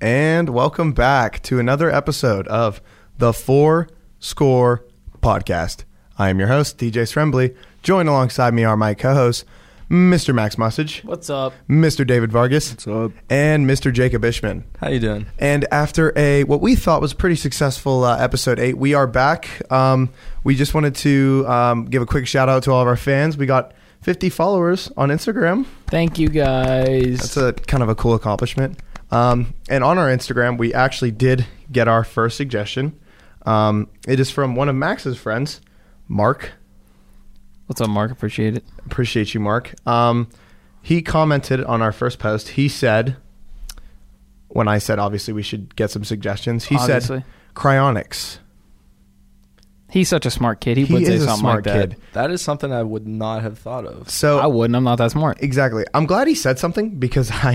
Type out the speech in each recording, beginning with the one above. And welcome back to another episode of the Four Score Podcast. I am your host, DJ Srembly. Joined alongside me are my co hosts, Mr. Max Mussage, What's up? Mr. David Vargas, So and Mr. Jacob Ishman. How you doing? And after a what we thought was pretty successful uh, episode eight, we are back. Um, we just wanted to um, give a quick shout out to all of our fans. We got 50 followers on Instagram. Thank you guys. That's a kind of a cool accomplishment. Um, and on our Instagram, we actually did get our first suggestion. Um, it is from one of Max's friends, Mark. What's up, Mark? Appreciate it. Appreciate you, Mark. Um, he commented on our first post. He said, when I said obviously we should get some suggestions, he Obviously. said cryonics. he's such a smart kid. He, He would say is a something smart like that. kid. that is something I would not have thought of. So I wouldn't. I'm not that smart. Exactly. I'm glad he said something because I,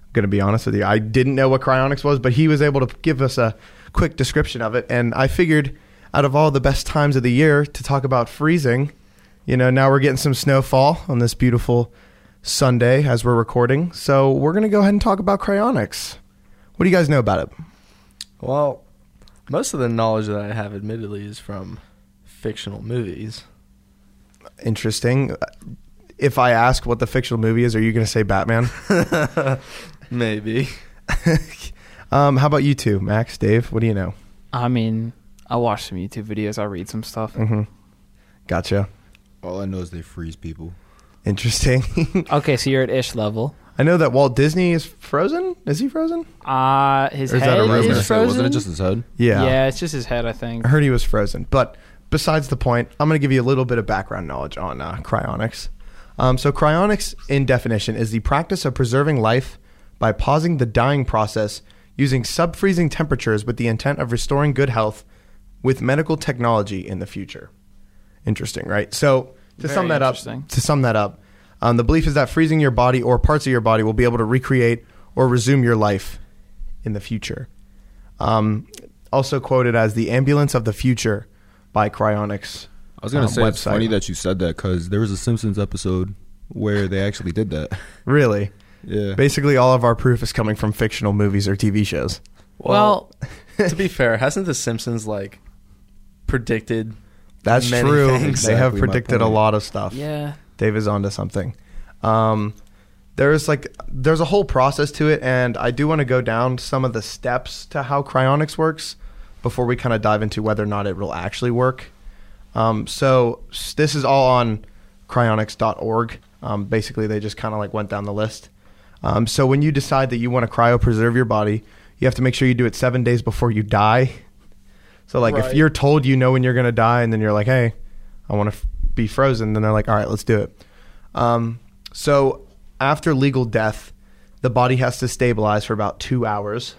I'm going to be honest with you, I didn't know what cryonics was, but he was able to give us a quick description of it. And I figured out of all the best times of the year to talk about freezing, you know, now we're getting some snowfall on this beautiful Sunday as we're recording. So we're going to go ahead and talk about cryonics. What do you guys know about it? Well, most of the knowledge that I have, admittedly, is from fictional movies. Interesting. If I ask what the fictional movie is, are you going to say Batman? Maybe. um, how about you two, Max, Dave? What do you know? I mean, I watch some YouTube videos. I read some stuff. Mm-hmm. Gotcha. All I know is they freeze people. Interesting. Okay, so you're at ish level. I know that Walt Disney is frozen. Is he frozen? Uh his Or is that head a rumor? is frozen. Wasn't it just his head? Yeah. yeah, it's just his head. I think. I heard he was frozen. But besides the point, I'm going to give you a little bit of background knowledge on uh, cryonics. Um, so, cryonics, in definition, is the practice of preserving life by pausing the dying process using sub freezing temperatures with the intent of restoring good health with medical technology in the future. Interesting, right? So, to Very sum that up, interesting. to sum that up, um, the belief is that freezing your body or parts of your body will be able to recreate or resume your life in the future. Um, also quoted as the ambulance of the future by Cryonics. I was gonna um, say it's website. funny that you said that because there was a Simpsons episode where they actually did that. Really, Yeah, basically, all of our proof is coming from fictional movies or TV shows. Well, to be fair, hasn't The Simpsons like predicted? That's Many true. things. they have Exactly my predicted a point. lot of stuff. yeah. Dave is onto something. Um, there's like there's a whole process to it, and I do want to go down some of the steps to how cryonics works before we kind of dive into whether or not it will actually work. Um, so s- this is all on cryonics.org. Um, basically, they just kind of like went down the list. Um, so when you decide that you want to cryopreserve your body, you have to make sure you do it seven days before you die. So like if Right. you're told you know when you're gonna die, and then you're like, hey, I want to f- be frozen, then they're like, all right, let's do it. Um, so after legal death, the body has to stabilize for about two hours,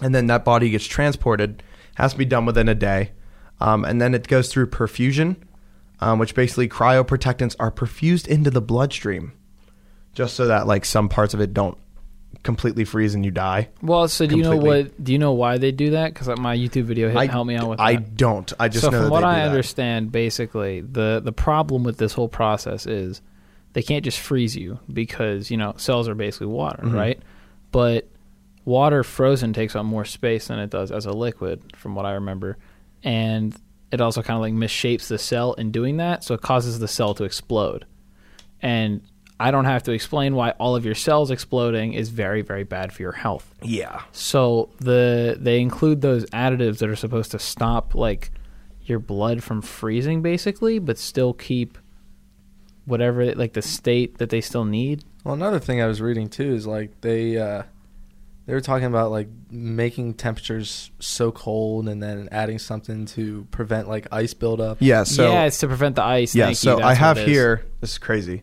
and then that body gets transported. Has to be done within a day, um, and then it goes through perfusion, um, which basically cryoprotectants are perfused into the bloodstream, just so that like some parts of it don't completely freeze and you die. Well, so do you know Completely. what? Do you know why they do that? Because my YouTube video hit, helped me out with. I that. don't. I just so know from that what they do I that. understand, basically the the problem with this whole process is they can't just freeze you because you know cells are basically water, Mm-hmm. right? But water frozen takes up more space than it does as a liquid, from what I remember, and it also kind of like misshapes the cell in doing that, so it causes the cell to explode. And I don't have to explain why all of your cells exploding is very very bad for your health. Yeah. So the they include those additives that are supposed to stop like your blood from freezing basically, but still keep whatever like the state that they still need. Well, another thing I was reading too is like they uh, they were talking about like making temperatures so cold and then adding something to prevent like ice buildup. Yeah. So yeah, it's to prevent the ice. Yeah, Thank you. so That's I what have it is. here, this is crazy.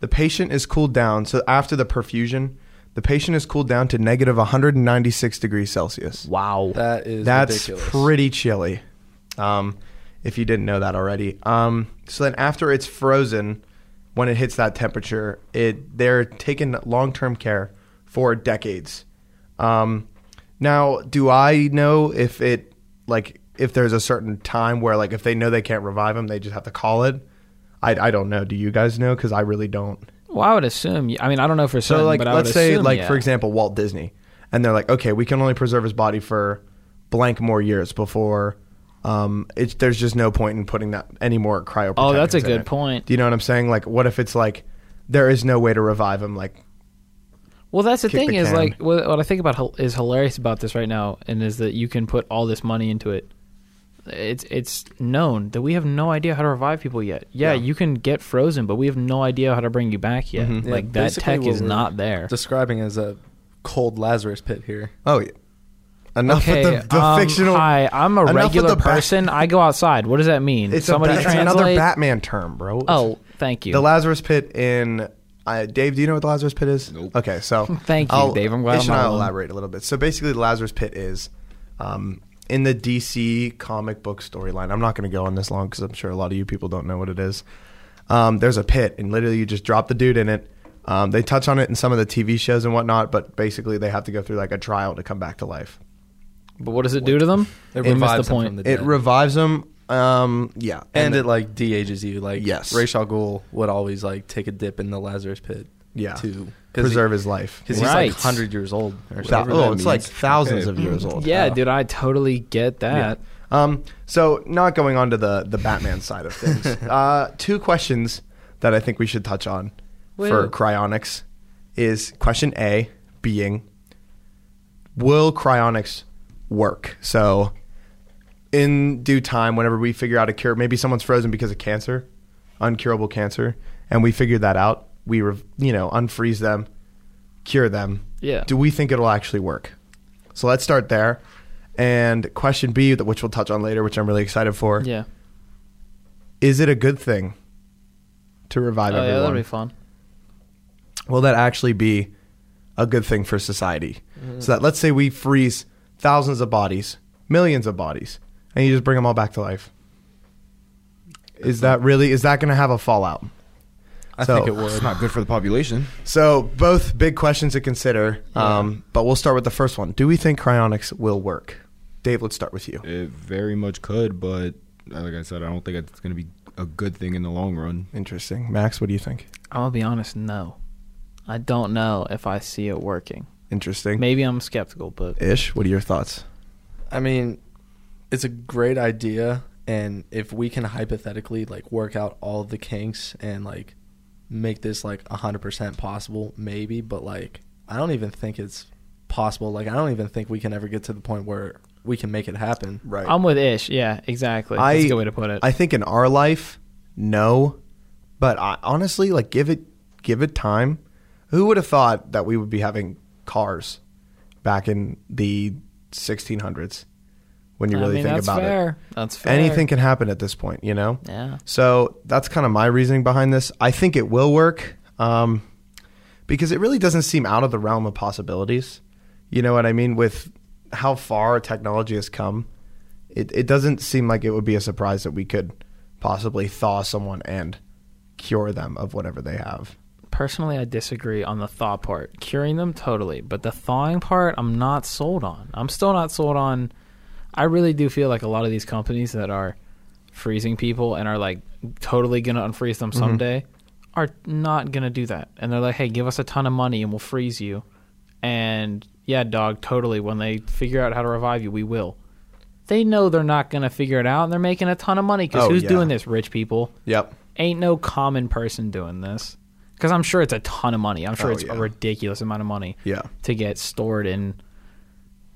The patient is cooled down. So after the perfusion, the patient is cooled down to negative 196 degrees Celsius. Wow. That is That's ridiculous. pretty chilly. Um, if you didn't know that already. Um, so then after it's frozen, when it hits that temperature, it they're taken long term care for decades. Um, now, do I know if it like if there's a certain time where like if they know they can't revive them, they just have to call it. I, I don't know. Do you guys know? Because I really don't. Well, I would assume. I mean, I don't know for certain. So like but I let's would say assume, like yeah. for example Walt Disney and they're like okay we can only preserve his body for blank more years before um it's there's just no point in putting that any more cryo Oh, that's a protectants in good it. point. Do you know what I'm saying? Like what if it's like there is no way to revive him like Well, that's the kick thing the is can. like what, what I think about hil- is hilarious about this right now, and is that you can put all this money into it. It's it's known that we have no idea how to revive people yet. Yeah, Yeah. you can get frozen, but we have no idea how to bring you back yet. Mhm. Yeah, Like that basically tech what is we're not there. Describing as a cold Lazarus pit here. oh yeah. enough okay, with the, the um, fictional hi, I'm enough a with regular the Bat- person. I go outside. What does that mean? it's, Somebody a, Bat- it's translate. another Batman term, bro. It's- oh, thank you. The Lazarus Pit in uh, Dave. Do you know what the Lazarus Pit is? Nope. Okay, so Thank you, Dave. I'm glad Ish I'm and not I'll alone. elaborate a little bit. So basically, the Lazarus Pit is um, in the DC comic book storyline. I'm not going to go on this long because I'm sure a lot of you people don't know what it is. Um, there's a pit, and literally you just drop the dude in it. Um, they touch on it in some of the TV shows and whatnot, but basically they have to go through like a trial to come back to life. but what does it do to them? It We missed revives the him point. from the It dead. revives them. Um, yeah, and it like de-ages you. Like Yes. Ra's al Ghul would always like take a dip in the Lazarus pit. Yeah. to preserve his life. because Right. he's like hundred years old Thou- or something. oh, it's like means. thousands of Okay. years old. Yeah, dude, I totally get that. Um, so not going on to the the Batman side of things. Uh, two questions that I think we should touch on for Wait. cryonics is question A being will cryonics work? So in due time, whenever we figure out a cure, maybe someone's frozen because of cancer, uncurable cancer, and we figure that out, we rev you know unfreeze them, cure them. Yeah. Do we think it'll actually work? So let's start there. And question B, that which we'll touch on later, which I'm really excited for. Yeah. Oh, Is it a good thing to revive Oh, yeah, everyone? that'd be fun. Will that actually be a good thing for society? Mm-hmm. So that let's say we freeze thousands of bodies, millions of bodies, and you just bring them all back to life. Is that really is that going to have a fallout? I So- think it would. It's not good for the population. So both big questions to consider. Um, but we'll start with the first one. Do we think cryonics will work? Dave, let's start with you. It very much could, but uh, like I said, I don't think it's going to be a good thing in the long run. Interesting, Max. What do you think? I'm gonna be honest. No, I don't know if I see it working. Interesting. Maybe I'm skeptical, but Ish, what are your thoughts? I mean, it's a great idea, and if we can hypothetically like work out all of the kinks and like make this like hundred percent possible, maybe. But like, I don't even think it's possible. Like, I don't even think we can ever get to the point where we can make it happen. Right. I'm with Ish. Yeah, exactly. I- That's a good way to put it. I think in our life, no. But I, honestly, like give it give it time. Who would have thought that we would be having cars back in the 1600s? When you I really mean, think that's about fair. it, That's fair. anything can happen at this point, you know. Yeah. So that's kind of my reasoning behind this. I think it will work um, because it really doesn't seem out of the realm of possibilities. You know what I mean? With how far technology has come, it, it doesn't seem like it would be a surprise that we could possibly thaw someone and cure them of whatever they have. Personally, I disagree on the thaw part. Curing them totally, but the thawing part, I'm not sold on. I'm still not sold on. I really do feel like a lot of these companies that are freezing people and are like totally gonna unfreeze Mm-hmm. them someday are not gonna do that. And they're like, hey, give us a ton of money and we'll freeze you. And yeah, dog, totally. When they figure out how to revive you, we will. They know they're not gonna figure it out, and they're making a ton of money because Oh, who's yeah. doing this? Rich people Yep. ain't no common person doing this because I'm sure it's a ton of money. I'm sure Oh, it's yeah. a ridiculous amount of money. Yeah. to get stored and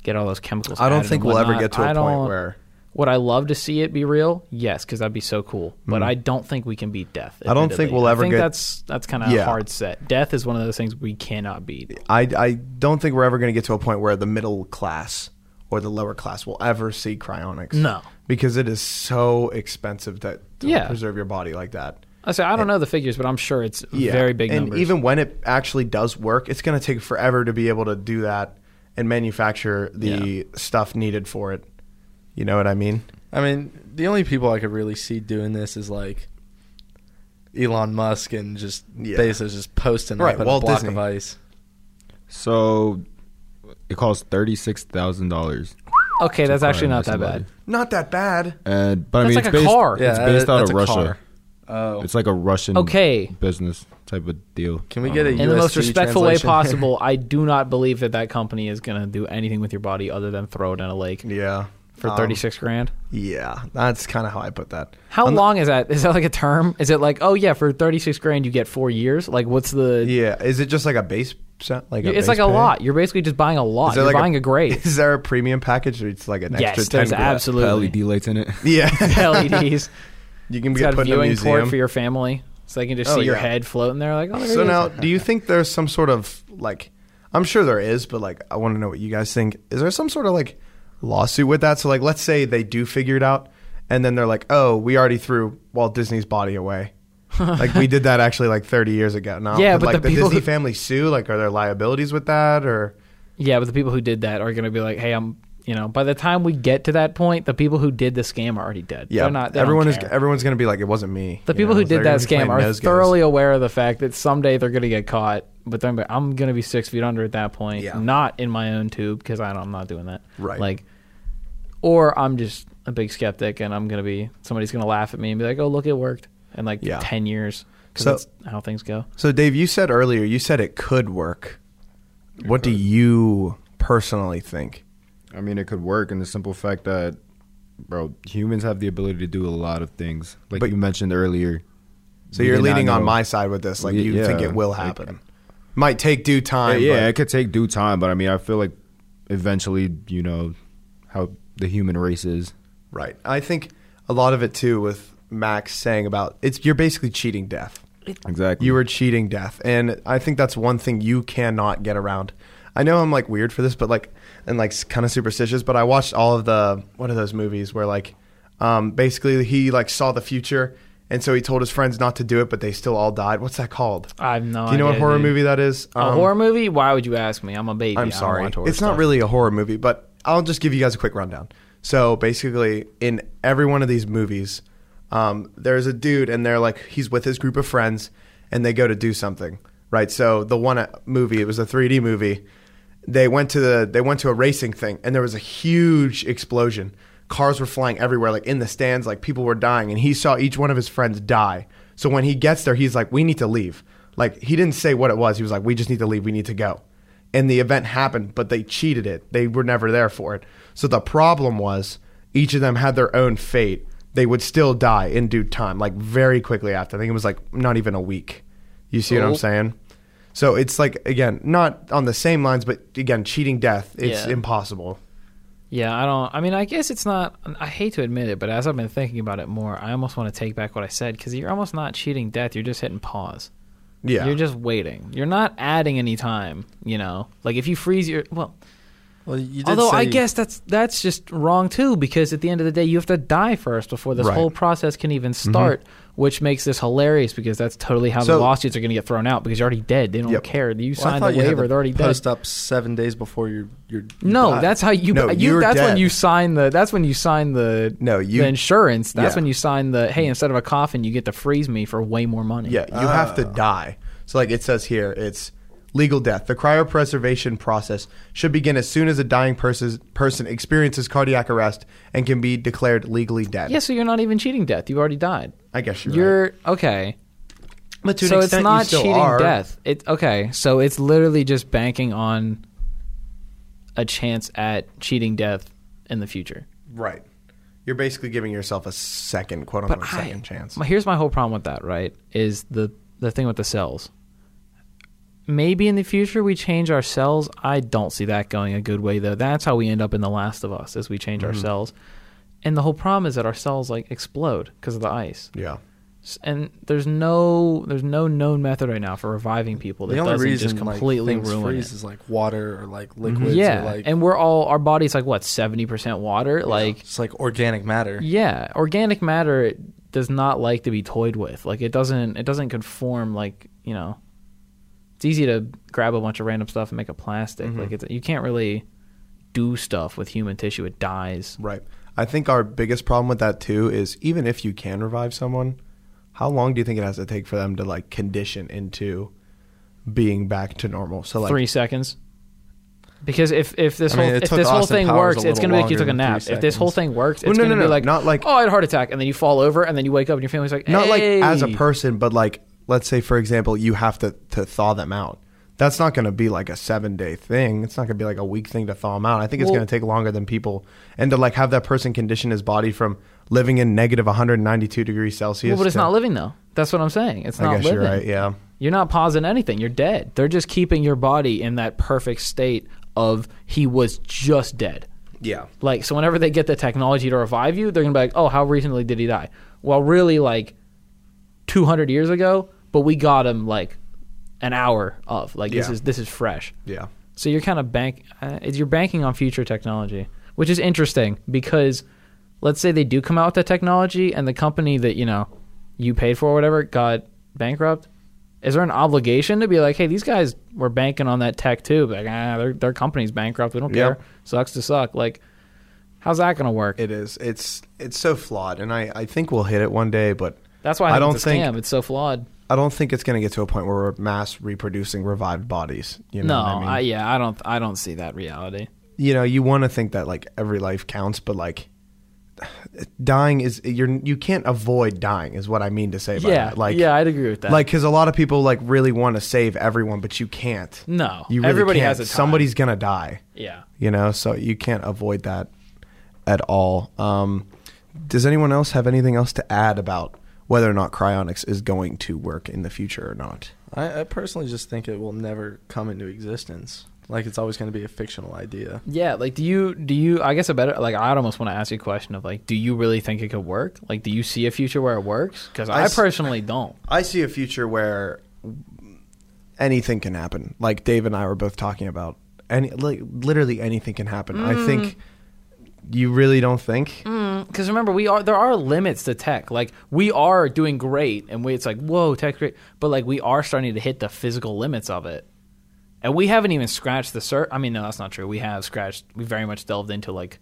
get all those chemicals. I don't added think and we'll ever whatnot. get to I a point don't- where Would I love to see it be real? Yes, because that'd be so cool. But I don't think we can beat death. Mm-hmm. I don't think admittedly. we'll I ever think get- That's that's kind of Yeah. hard set. Death is one of those things we cannot beat. I, I don't think we're ever going to get to a point where the middle class or the lower class will ever see cryonics. No. Because it is so expensive that to Yeah. preserve your body like that. I say I don't know the figures, but I'm sure it's Yeah. very big And numbers. even when it actually does work, it's going to take forever to be able to do that and manufacture the Yeah. stuff needed for it. You know what I mean? I mean, the only people I could really see doing this is like Elon Musk and just Yeah. Bezos just posting Right, up at Walt a block Disney. of ice. So it costs thirty six thousand dollars Okay, that's actually not that somebody. bad. Not that bad. Uh, but I That's mean, like it's a based, car. It's Yeah, based that- out that's of a Russia. car. Oh, It's like a Russian Okay. business type of deal. Um, Can Um, we I get don't a know. In the most USD respectful way translation. possible, I do not believe that that company is going to do anything with your body other than throw it in a lake Yeah. for Um, 36 grand. Yeah, that's kind of how I put that. How I'm- long is that? Is that like a term? Is it like, oh yeah, for 36 grand you get 4 years? Like what's the Yeah, is it just like a base? sa- Like a It's base like a pay? lot. You're basically just buying a lot. Is there You're like buying a, grade. Is there a premium package? Or it's like an yes, extra ten. there's grand? LED absolutely lights in it? Yeah, LEDs. you can E It's get got a put in a viewing port museum. for your family, so they can just Oh, see your yeah. head floating there. Like, oh, there so he now, is. do you think there's some sort of like? I'm sure there is, but like, I want to know what you guys think. Is there some sort of like lawsuit with that? So like, let's say they do figure it out, and then they're like, "Oh, we already threw Walt Disney's body away." like we did that actually like 30 years ago. Now, Yeah, could, but like the the, people Disney who- family sue. Like, are there liabilities with that or? Yeah, but the people who did that are going to be like, hey, I'm, you know, by the time we get to that point, the people who did the scam are already dead. Yeah, They're not. they don't everyone is. care. Everyone's gonna be like, "It wasn't me." the you people know, who they're did gonna that be scam playing are nose games. thoroughly aware of the fact that someday they're going to get caught. But then I'm going to be six feet under at that point, Yeah. not in my own tube because I don't, I'm not doing that. Right. Like, or I'm just a big skeptic and I'm going to be somebody's going to laugh at me and be like, oh, look, it worked in like Yeah. ten years because So- that's how things go. So, Dave, you said earlier you said it could work. What do you personally think? I mean, it could work in the simple fact that, bro, humans have the ability to do a lot of things. Like But- you mentioned earlier. So we you're did not leaning on know- my side with this, like We- you yeah, think it will like- happen. Might take due Yeah, time. yeah, but- it could take due time, but I mean, I feel like eventually, you know, how the human race is. right. I think a lot of it too with Max saying about it's you're basically cheating death. Exactly. You are cheating death, and I think that's one thing you cannot get around. I know I'm like weird for this, but like and like kind of superstitious. But I watched all of the what are those movies where like um, basically he like saw the future, and so he told his friends not to do it, but they still all died. What's that called? I have no Do you know what idea, horror dude. movie that is? a Um, horror movie? Why would you ask me? I'm a baby. I I'm don't sorry. watch horror It's not stuff. really a horror movie, but I'll just give you guys a quick rundown. So basically, in every one of these movies, um, there's a dude, and they're like, he's with his group of friends, and they go to do something, right? So the one uh, movie, it was a 3D movie. They went to the they went to a racing thing, and there was a huge explosion. Cars were flying everywhere, like in the stands, like people were dying, and he saw each one of his friends die. So when he gets there, he's like, "We need to leave." Like he didn't say what it was. He was like, "We just need to leave. We need to go." and the event happened, but they cheated it. They were never there for it. So the problem was each of them had their own fate. They would still die in due time, like very quickly after. I think it was like not even a week. You see what Oh. I'm Cool. saying? So it's like again, not on the same lines, but again, cheating death. It's Yeah. impossible. Yeah, I don't. I mean, I guess it's not. I hate to admit it, but as I've been thinking about it more, I almost want to take back what I said because you're almost not cheating death. You're just hitting pause. Yeah. You're just waiting. You're not adding any time. You know, like if you freeze your well. Well, you did Although I say- guess that's that's just wrong too, because at the end of the day, you have to die first before this Right. whole process can even Mm-hmm. start, which makes this hilarious because that's totally how the So- lawsuits are going to get thrown out because you're already dead. They don't Yep. care. You Well, I signed thought the you had waiver; to they're already dead. post up seven days before you're you're. No, that's how you. No, you you're that's when dead. you sign the. That's when you sign the. No, you- the insurance. That's Yeah. when you sign the. Hey, instead of a coffin, you get to freeze me for way more money. Yeah, you have Ah. to die. So, like it says here, it's legal death. The cryopreservation process should begin as soon as a dying person person experiences cardiac arrest and can be declared legally dead. Yeah, so you're not even cheating death. You've already died. I guess you're. You're okay. but to so an it's extent, not you still cheating are. death. It okay. So it's literally just banking on a chance at cheating death in the future. Right. You're basically giving yourself a second, quote But unquote, I- second chance. my- here's my whole problem with that, right? Is the the thing with the cells. Maybe in the future we change our cells. I don't see that going a good way though. That's how we end up in The Last of Us, as we change Mm-hmm. our cells. And the whole problem is that our cells like explode because of the ice. yeah. S- And there's no there's no known method right now for reviving people that the only doesn't reason just completely like, things ruin it. freeze Mm-hmm. is like water or like liquids. Yeah, or, like, and we're all our body's like what seventy percent water. Like it's like organic matter. yeah, organic matter does not like to be toyed with. Like it doesn't it doesn't conform like, you know. It's easy to grab a bunch of random stuff and make a plastic. Mm-hmm. Like it's you can't really do stuff with human tissue. It dies. Right. I think our biggest problem with that too is even if you can revive someone, how long do you think it has to take for them to like condition into being back to normal? So like 3 seconds. Because if if this I mean, whole it if took this whole Austin thing Powers works, a it's little gonna be like you longer took a than three nap. If this whole seconds. thing works, it's Well, no, gonna no, be no, like not like- oh I had a heart attack, and then you fall over, and then you wake up, and your family's like not like as a "Hey." person, but like let's say for example, you have to to thaw them out. That's not going to be like a seven day thing. It's not going to be like a week thing to thaw them out. I think it's Well- going to take longer than people and to like have that person condition his body from living in negative 192 degrees Celsius. Well, but it's to- not living though. That's what I'm saying. It's I not guess living. you're right. Yeah. You're not pausing anything. You're dead. They're just keeping your body in that perfect state of he was just dead. Yeah. Like so, whenever they get the technology to revive you, they're gonna be like, "Oh, how recently did he die?" Well, really, like 200 years ago, but we got him like an hour of. Like this Yeah. is this is fresh. Yeah. So you're kind of bank uh, you're banking on future technology, which is interesting because let's say they do come out with the technology and the company that you know you paid for or whatever got bankrupt. Is there an obligation to be like, hey, these guys were banking on that tech too? But like, ah, their their company's bankrupt. We don't Yep. care. Sucks to suck. Like, how's that gonna work? It is. It's it's so flawed, and I I think we'll hit it one day, but That's why I, I think don't it's a think- scam. It's so flawed. I don't think it's going to get to a point where we're mass reproducing revived bodies. You know No, what I mean? I, yeah, I don't. I don't see that reality. you know you want to think that like every life counts but like dying is you're you can't avoid dying is what i mean to say by Yeah, that. uh, like yeah, I'd agree with that. like because a lot of people like really want to save everyone but you can't No, you really everybody can't. has a time. somebody's gonna die yeah. you know so you can't avoid that at all um does anyone else have anything else to add about whether or not cryonics is going to work in the future or not I, I personally just think it will never come into existence. Like it's always going to be a fictional idea. Yeah, like do you do you I guess a better like I'd almost want to ask you a question of like do you really think it could work? Like do you see a future where it works? Cuz I I, s- personally don't. I see a future where anything can happen. Like Dave and I were both talking about, any like literally anything can happen. Mm. I think you really don't think. Cuz remember we are there are limits to tech. Like we are doing great and we it's like whoa, tech great, but like we are starting to hit the physical limits of it. And we haven't even scratched the sur I mean no, that's not true. We have scratched we very much delved into like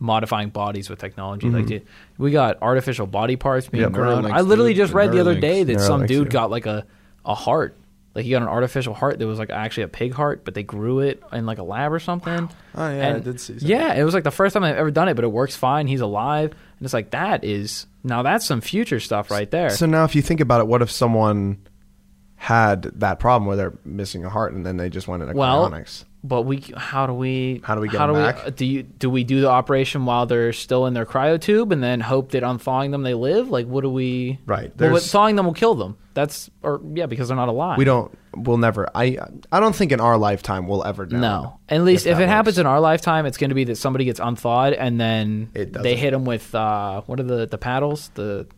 modifying bodies with technology like Mm-hmm. dude, we got artificial body parts being Yep. grown Neuralinks, i literally dude. just read the other Neuralinks. day that some Neuralinks, dude yeah. got like a, a heart. Like he got an artificial heart that was like actually a pig heart, but they grew it in like a lab or something. Oh, yeah, I did see that. Yeah, it was like the first time I've ever done it, but it works fine. He's alive, and it's like that is now that's some future stuff right there. So now, if you think about it, what if someone had that problem where they're missing a heart and then they just went into well, cryonics? but we how do we How do we get do them we back? uh, do you do we do the operation while they're still in their cryo tube and then hope that on thawing them they live? Like what do we Right, Well, there's- thawing them will kill them. That's or yeah because they're not alive. We don't. We'll never. I. I don't think in our lifetime we'll ever know. No, at least if, that it works. happens in our lifetime, it's going to be that somebody gets unthawed and then It doesn't. they hit them with uh, what are the the paddles? The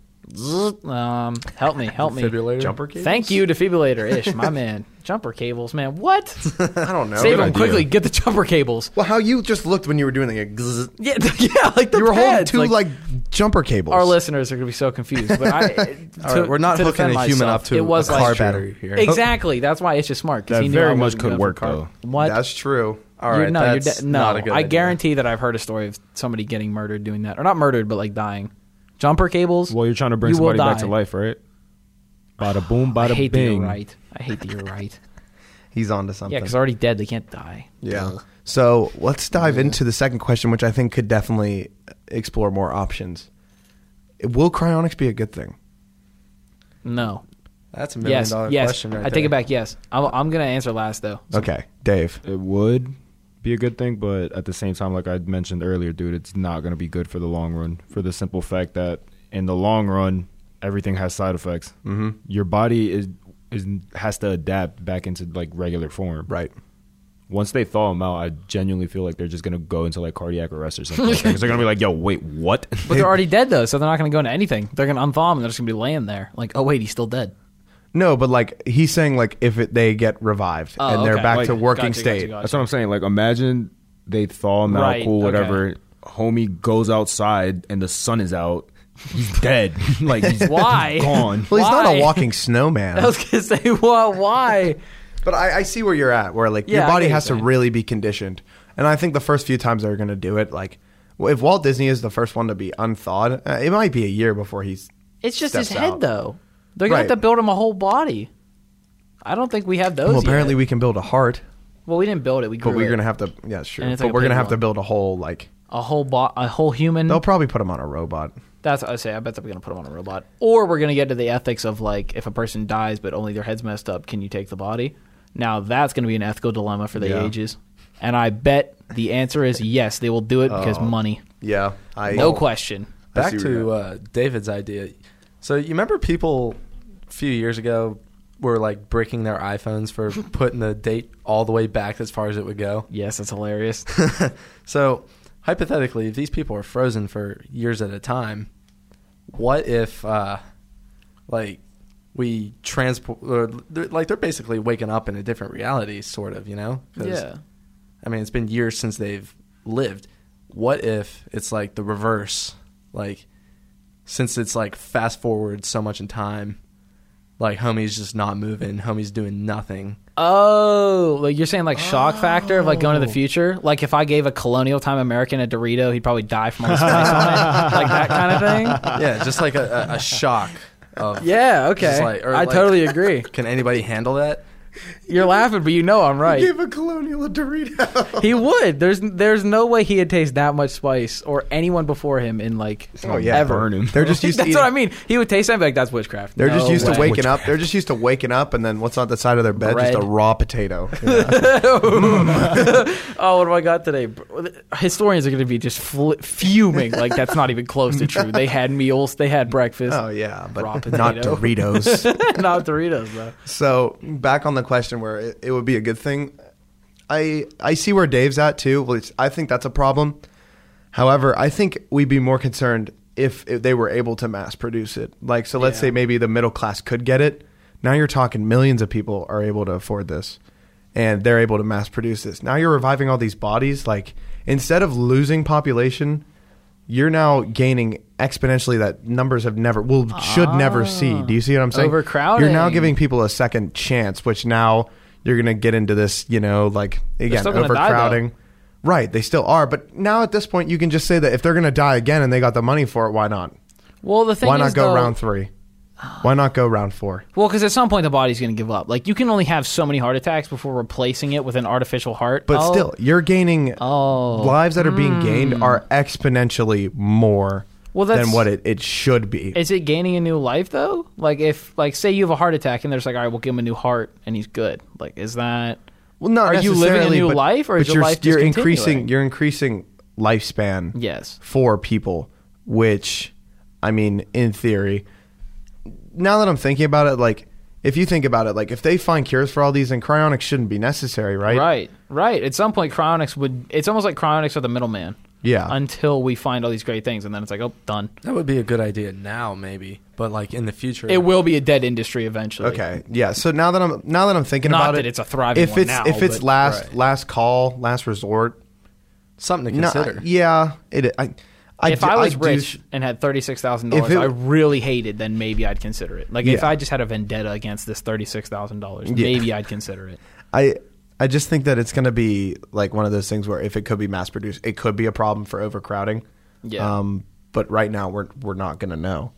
um, help me, help me. Defibrillator? Jumper cables? Thank you, defibrillator ish, my man. Jumper cables, man. What? I don't know. Save Good them idea. quickly. Get the jumper cables. Well, how you just looked when you were doing the Yeah, yeah. Like the you were holding pads, two like, jumper cables. our listeners are going to be so confused. But I, to- All right, we're not to hooking defend a human myself, up to it was a like, car battery here. Exactly. That's why it's just smart. 'cause That he knew very I much wasn't could going for work, car- though. What? That's true. All You're- right, no, you're that's de- no. not a good I idea. guarantee that I've heard a story of somebody getting murdered doing that, or not murdered, but like dying. Jumper cables. Well, you're trying to bring You will somebody back to die. life, right? Bada boom, bada I hate that bing. you're right. I hate that you're right. He's on to something. yeah, because they're already dead. They can't die. Yeah. So let's dive into the second question, which I think could definitely explore more options. Will cryonics be a good thing? No. That's a million Yes. dollar Yes. question right I take there. it back. Yes. I'm, I'm gonna answer last though. Okay, Dave. It would be a good thing, but at the same time, like I mentioned earlier, dude, it's not going to be good for the long run for the simple fact that in the long run, everything has side effects. Mm-hmm. Your body is is has to adapt back into like regular form. Right. Once they thaw them out, I genuinely feel like they're just going to go into like cardiac arrest or something. Because they're going to be like, yo, wait, what? But they're already dead though, so they're not gonna go into anything. They're gonna unthaw him. and They're just gonna be laying there. Like, oh wait, he's still dead. No, but like he's saying, like if it, they get revived Oh, and they're okay. back Like- to working Gotcha, gotcha, state, gotcha. That's what I'm saying. Like, imagine they thaw him Right, out, cool, okay. whatever. Homie goes outside and the sun is out. He's dead. like, he's Why? gone. well, he's not Why? a walking snowman. I was gonna say, well, why? But I, I see where you're at, where like Yeah, I your body get what has to you're saying. really be conditioned. And I think the first few times they're going to do it, like w- if Walt Disney is the first one to be unthawed, uh, it might be a year before he's. It's just his steps head out. though. They're gonna Right. have to build him a whole body. I don't think we have those. Well, yet. apparently we can build a heart. Well, we didn't build it. We grew But we're it. gonna have to, yeah, sure. And it's But like a we're gonna pig have to one. build a whole like. a whole bo- a whole human. They'll probably put them on a robot. That's what I say. I bet they're gonna put them on a robot, or we're gonna get to the ethics of like if a person dies but only their head's messed up, can you take the body? Now that's gonna be an ethical dilemma for the Yeah. ages, and I bet the answer is yes, they will do it because Oh. money, Yeah, I no question. I back see where you're to uh, David's idea. So you remember people a few years ago were like breaking their iPhones for putting the date all the way back as far as it would go. Yes, that's hilarious. So hypothetically, if these people are frozen for years at a time, what if uh, like we transport or they're, like they're basically waking up in a different reality, sort of, you know? 'Cause, yeah, I mean, it's been years since they've lived. What if it's like the reverse? Like, since it's like fast forward so much in time, like homie's just not moving, homie's doing nothing. Oh, like you're saying, like shock factor of like going Oh. to the future. Like if I gave a colonial time American a Dorito, he'd probably die from all the spice on it, like that kind of thing. Yeah, just like a, a, a shock of Yeah, okay, Just like- or I like- totally agree. Can anybody handle that? You're laughing, but you know I'm right. a colonial a Dorito. He would. There's there's no way he had tasted that much spice or anyone before him in like. oh yeah, Ever. burn him. They're just used to. That's eating- what I mean. He would taste that and be like that's witchcraft. They're just No used way. to waking up. They're just used to waking up, and then what's on the side of their bed? Just Bread. a raw potato. oh, what do I got today? bro? Historians are going to be just fl- fuming. Like that's not even close to true. They had meals. They had breakfast. oh yeah, but Raw not potato. Doritos. not Doritos though. So back on the question where it, it would be a good thing, I I see where Dave's at too. Which I think that's a problem. However, I think we'd be more concerned if, if they were able to mass produce it. Like, so let's Yeah. say maybe the middle class could get it. Now you're talking millions of people are able to afford this, and they're able to mass produce this. Now you're reviving all these bodies. Like instead of losing population, you're now gaining exponentially that numbers have never will should never see. Do you see what I'm saying? Overcrowding. You're now giving people a second chance, which now you're going to get into this, you know, like again, still gonna die, overcrowding. right, they still are, but now at this point you can just say that if they're going to die again and they got the money for it, why not? Well, the thing Why is, not go though, round 3? Why not go round 4? Well, because at some point the body's going to give up. Like you can only have so many heart attacks before replacing it with an artificial heart. But Oh, still, you're gaining Oh. Mm. lives that are being gained are exponentially more Well, than that's- what it, it should be. is it gaining a new life though? Like if like say you have a heart attack and they're just like, all right, we'll give him a new heart and he's good. Like is that? Well, not are you living a necessarily, new but- life or but is your you're, life just you're increasing continuing? you're increasing lifespan Yes. for people, which I mean, in theory, now that I'm thinking about it, like if you think about it, like if they find cures for all these, then cryonics shouldn't be necessary, right? Right, right. At some point, cryonics would. It's almost like cryonics are the middleman. Yeah. Until we find all these great things, and then it's like, oh, done. That would be a good idea now, maybe, but like in the future, It will be a dead industry eventually. Okay. Yeah. So now that I'm now that I'm thinking Not about that it, it's a thriving if one it's now, if it's but- last Right. last call, last resort. something to No, consider. yeah. It. I. I if do- I was do- rich and had thirty six thousand If dollars, it- I really hated. Then maybe I'd consider it. Like if Yeah. I just had a vendetta against this thirty six thousand dollars, Yeah. maybe I'd consider it. I I just think that it's going to be like one of those things where if it could be mass produced, it could be a problem for overcrowding. Yeah. Um, but right now we're we're not going to know.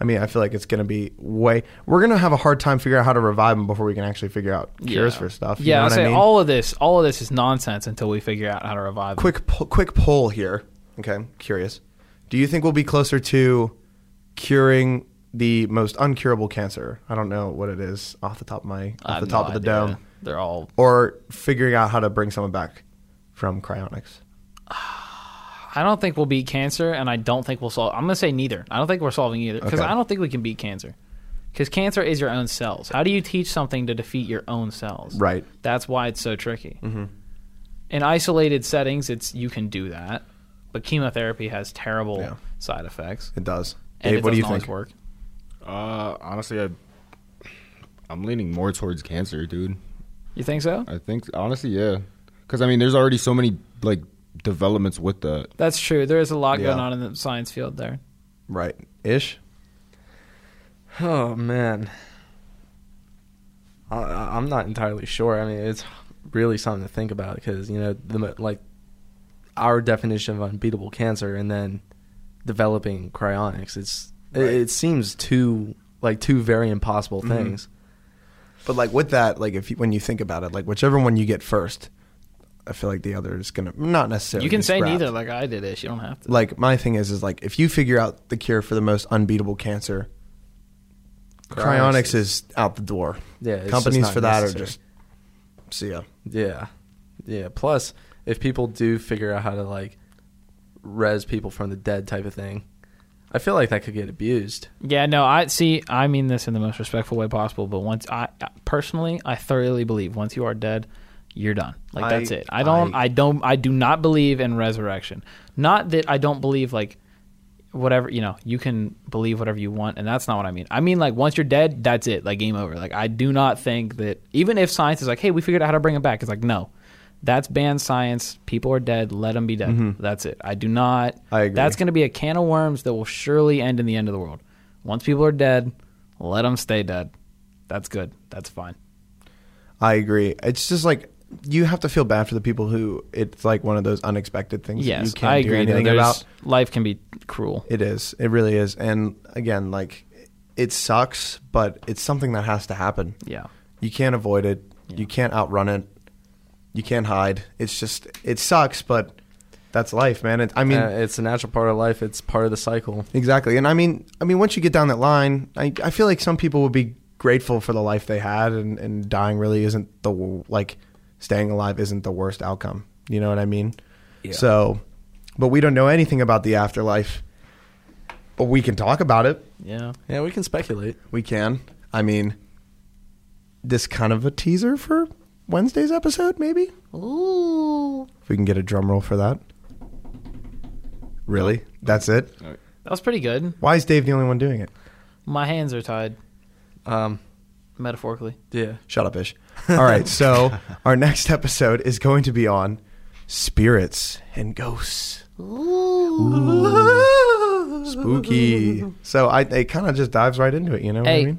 I mean, I feel like it's going to be way. We're going to have a hard time figuring out how to revive them before we can actually figure out cures Yeah. for stuff. You Yeah, know I'd what say I mean? all of this, all of this is nonsense until we figure out how to revive. it. quick po- quick poll here. Okay, I'm curious. Do you think we'll be closer to curing the most uncurable cancer? I don't know what it is off the top of my I off have the top no of the idea. dome, They're all. or figuring out how to bring someone back from cryonics. I don't think we'll beat cancer, and I don't think we'll solve. I'm gonna say neither. I don't think we're solving either because Okay. I don't think we can beat cancer. Because cancer is your own cells. How do you teach something to defeat your own cells? Right. Mm-hmm. That's why it's so tricky. In isolated settings, it's you can do that, but chemotherapy has terrible Yeah. side effects. It does. And Dave, it what do you doesn't always think? Work. Uh, honestly, I, I'm leaning more towards cancer, dude. You think so? I think honestly, yeah, because I mean, there's already so many like developments with that. That's true. There is a lot Yeah. going on in the science field there. Right. Ish. Oh man, I- I, I'm not entirely sure. I mean, it's really something to think about because you know, the mo- like our definition of unbeatable cancer, and then developing Mm-hmm. cryonics. It's it, it seems two like two very impossible things. But like with that, like if you, when you think about it, like whichever one you get first, I feel like the other is gonna not necessarily. You can be say scrapped. neither, like I did it. You don't have to. Like my thing is, is like if you figure out the cure for the most unbeatable cancer, cryonics is out the door. Yeah, it's just companies not for that necessary. are just see ya. Yeah. Yeah. Plus, if people do figure out how to like res people from the dead type of thing, I feel like that could get abused. Yeah, no, I see. I mean this in the most respectful way possible, but once I personally, I thoroughly believe once you are dead, you're done. Like I- that's it. I don't. I, don't. I do not believe in resurrection. Not that I don't believe like whatever you know. You can believe whatever you want, and that's not what I mean. I mean like once you're dead, that's it. Like game over. Like I do not think that even if science is like, hey, we figured out how to bring him back. It's like no. That's banned science. People are dead. Let them be dead. That's it. I do not. Mm-hmm. I agree. That's going to be a can of worms that will surely end in the end of the world. Once people are dead, let them stay dead. That's good. That's fine. I agree. It's just like you have to feel bad for the people who it's like one of those unexpected things. that Yes, you can't I Do agree. though. anything There's- about life can be cruel. It is. It really is. And again, like it sucks, but it's something that has to happen. Yeah. You can't avoid it. You can't outrun it. You can't hide. It's just it sucks, but that's life, man. It, I mean, Uh, it's a natural part of life. It's part of the cycle. exactly. And I mean, I mean, once you get down that line, I I feel like some people would be grateful for the life they had, and and dying really isn't the w- like staying alive isn't the worst outcome. You know what I mean? So, but we don't know anything about the afterlife, but we can talk about it. Yeah. Yeah, we can speculate. We can. I mean, this kind of a teaser for Wednesday's episode, maybe? Ooh. If we can get a drum roll for that. Really? That's it? That was pretty good. Why is Dave the only one doing it? My hands are tied, Um, metaphorically. yeah. Shut up, Ish. All right, so our next episode is going to be on spirits and ghosts. Ooh. Spooky. So I, it kind of just dives right into it, you know what I Hey. mean?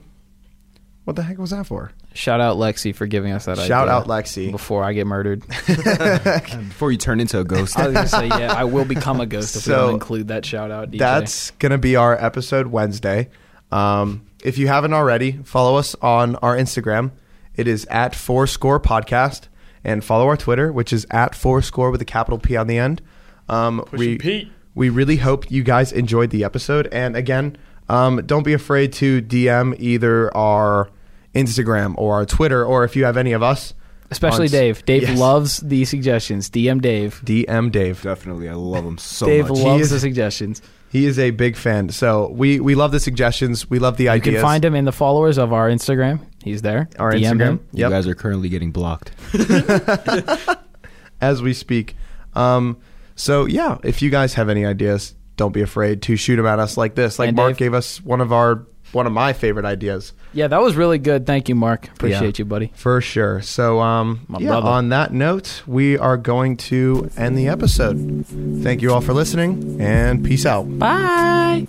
What the heck was that for? Shout out Lexi for giving us that idea. Shout out Lexi. Before I get murdered. Before you turn into a ghost. I was going to say, yeah, I will become a ghost if we So, don't include that shout out. DJ. That's going to be our episode Wednesday. Um, if you haven't already, follow us on our Instagram. It is at Four Score Podcast. And follow our Twitter, which is at Four Score with a capital P on the end. Um, we, we really hope you guys enjoyed the episode. And again, um, don't be afraid to DM either our Instagram or our Twitter, or if you have any of us. Especially on- Dave. Dave Yes. loves the suggestions. DM Dave. DM Dave. Definitely, I love him so Dave He much. is- loves the suggestions. He is a big fan. So we, we love the suggestions. We love the You ideas. can find him in the followers of our Instagram. He's there. our DM Instagram. him. You guys are currently getting blocked. as we speak. Um, so yeah, if you guys have any ideas, don't be afraid to shoot them at us like this. Like And Mark Dave- gave us one of our one of my favorite ideas Yeah, that was really good. Thank you, Mark. Appreciate you, buddy. for sure. So um, My yeah, brother. on that note, we are going to end the episode. Thank you all for listening, and peace out. Bye.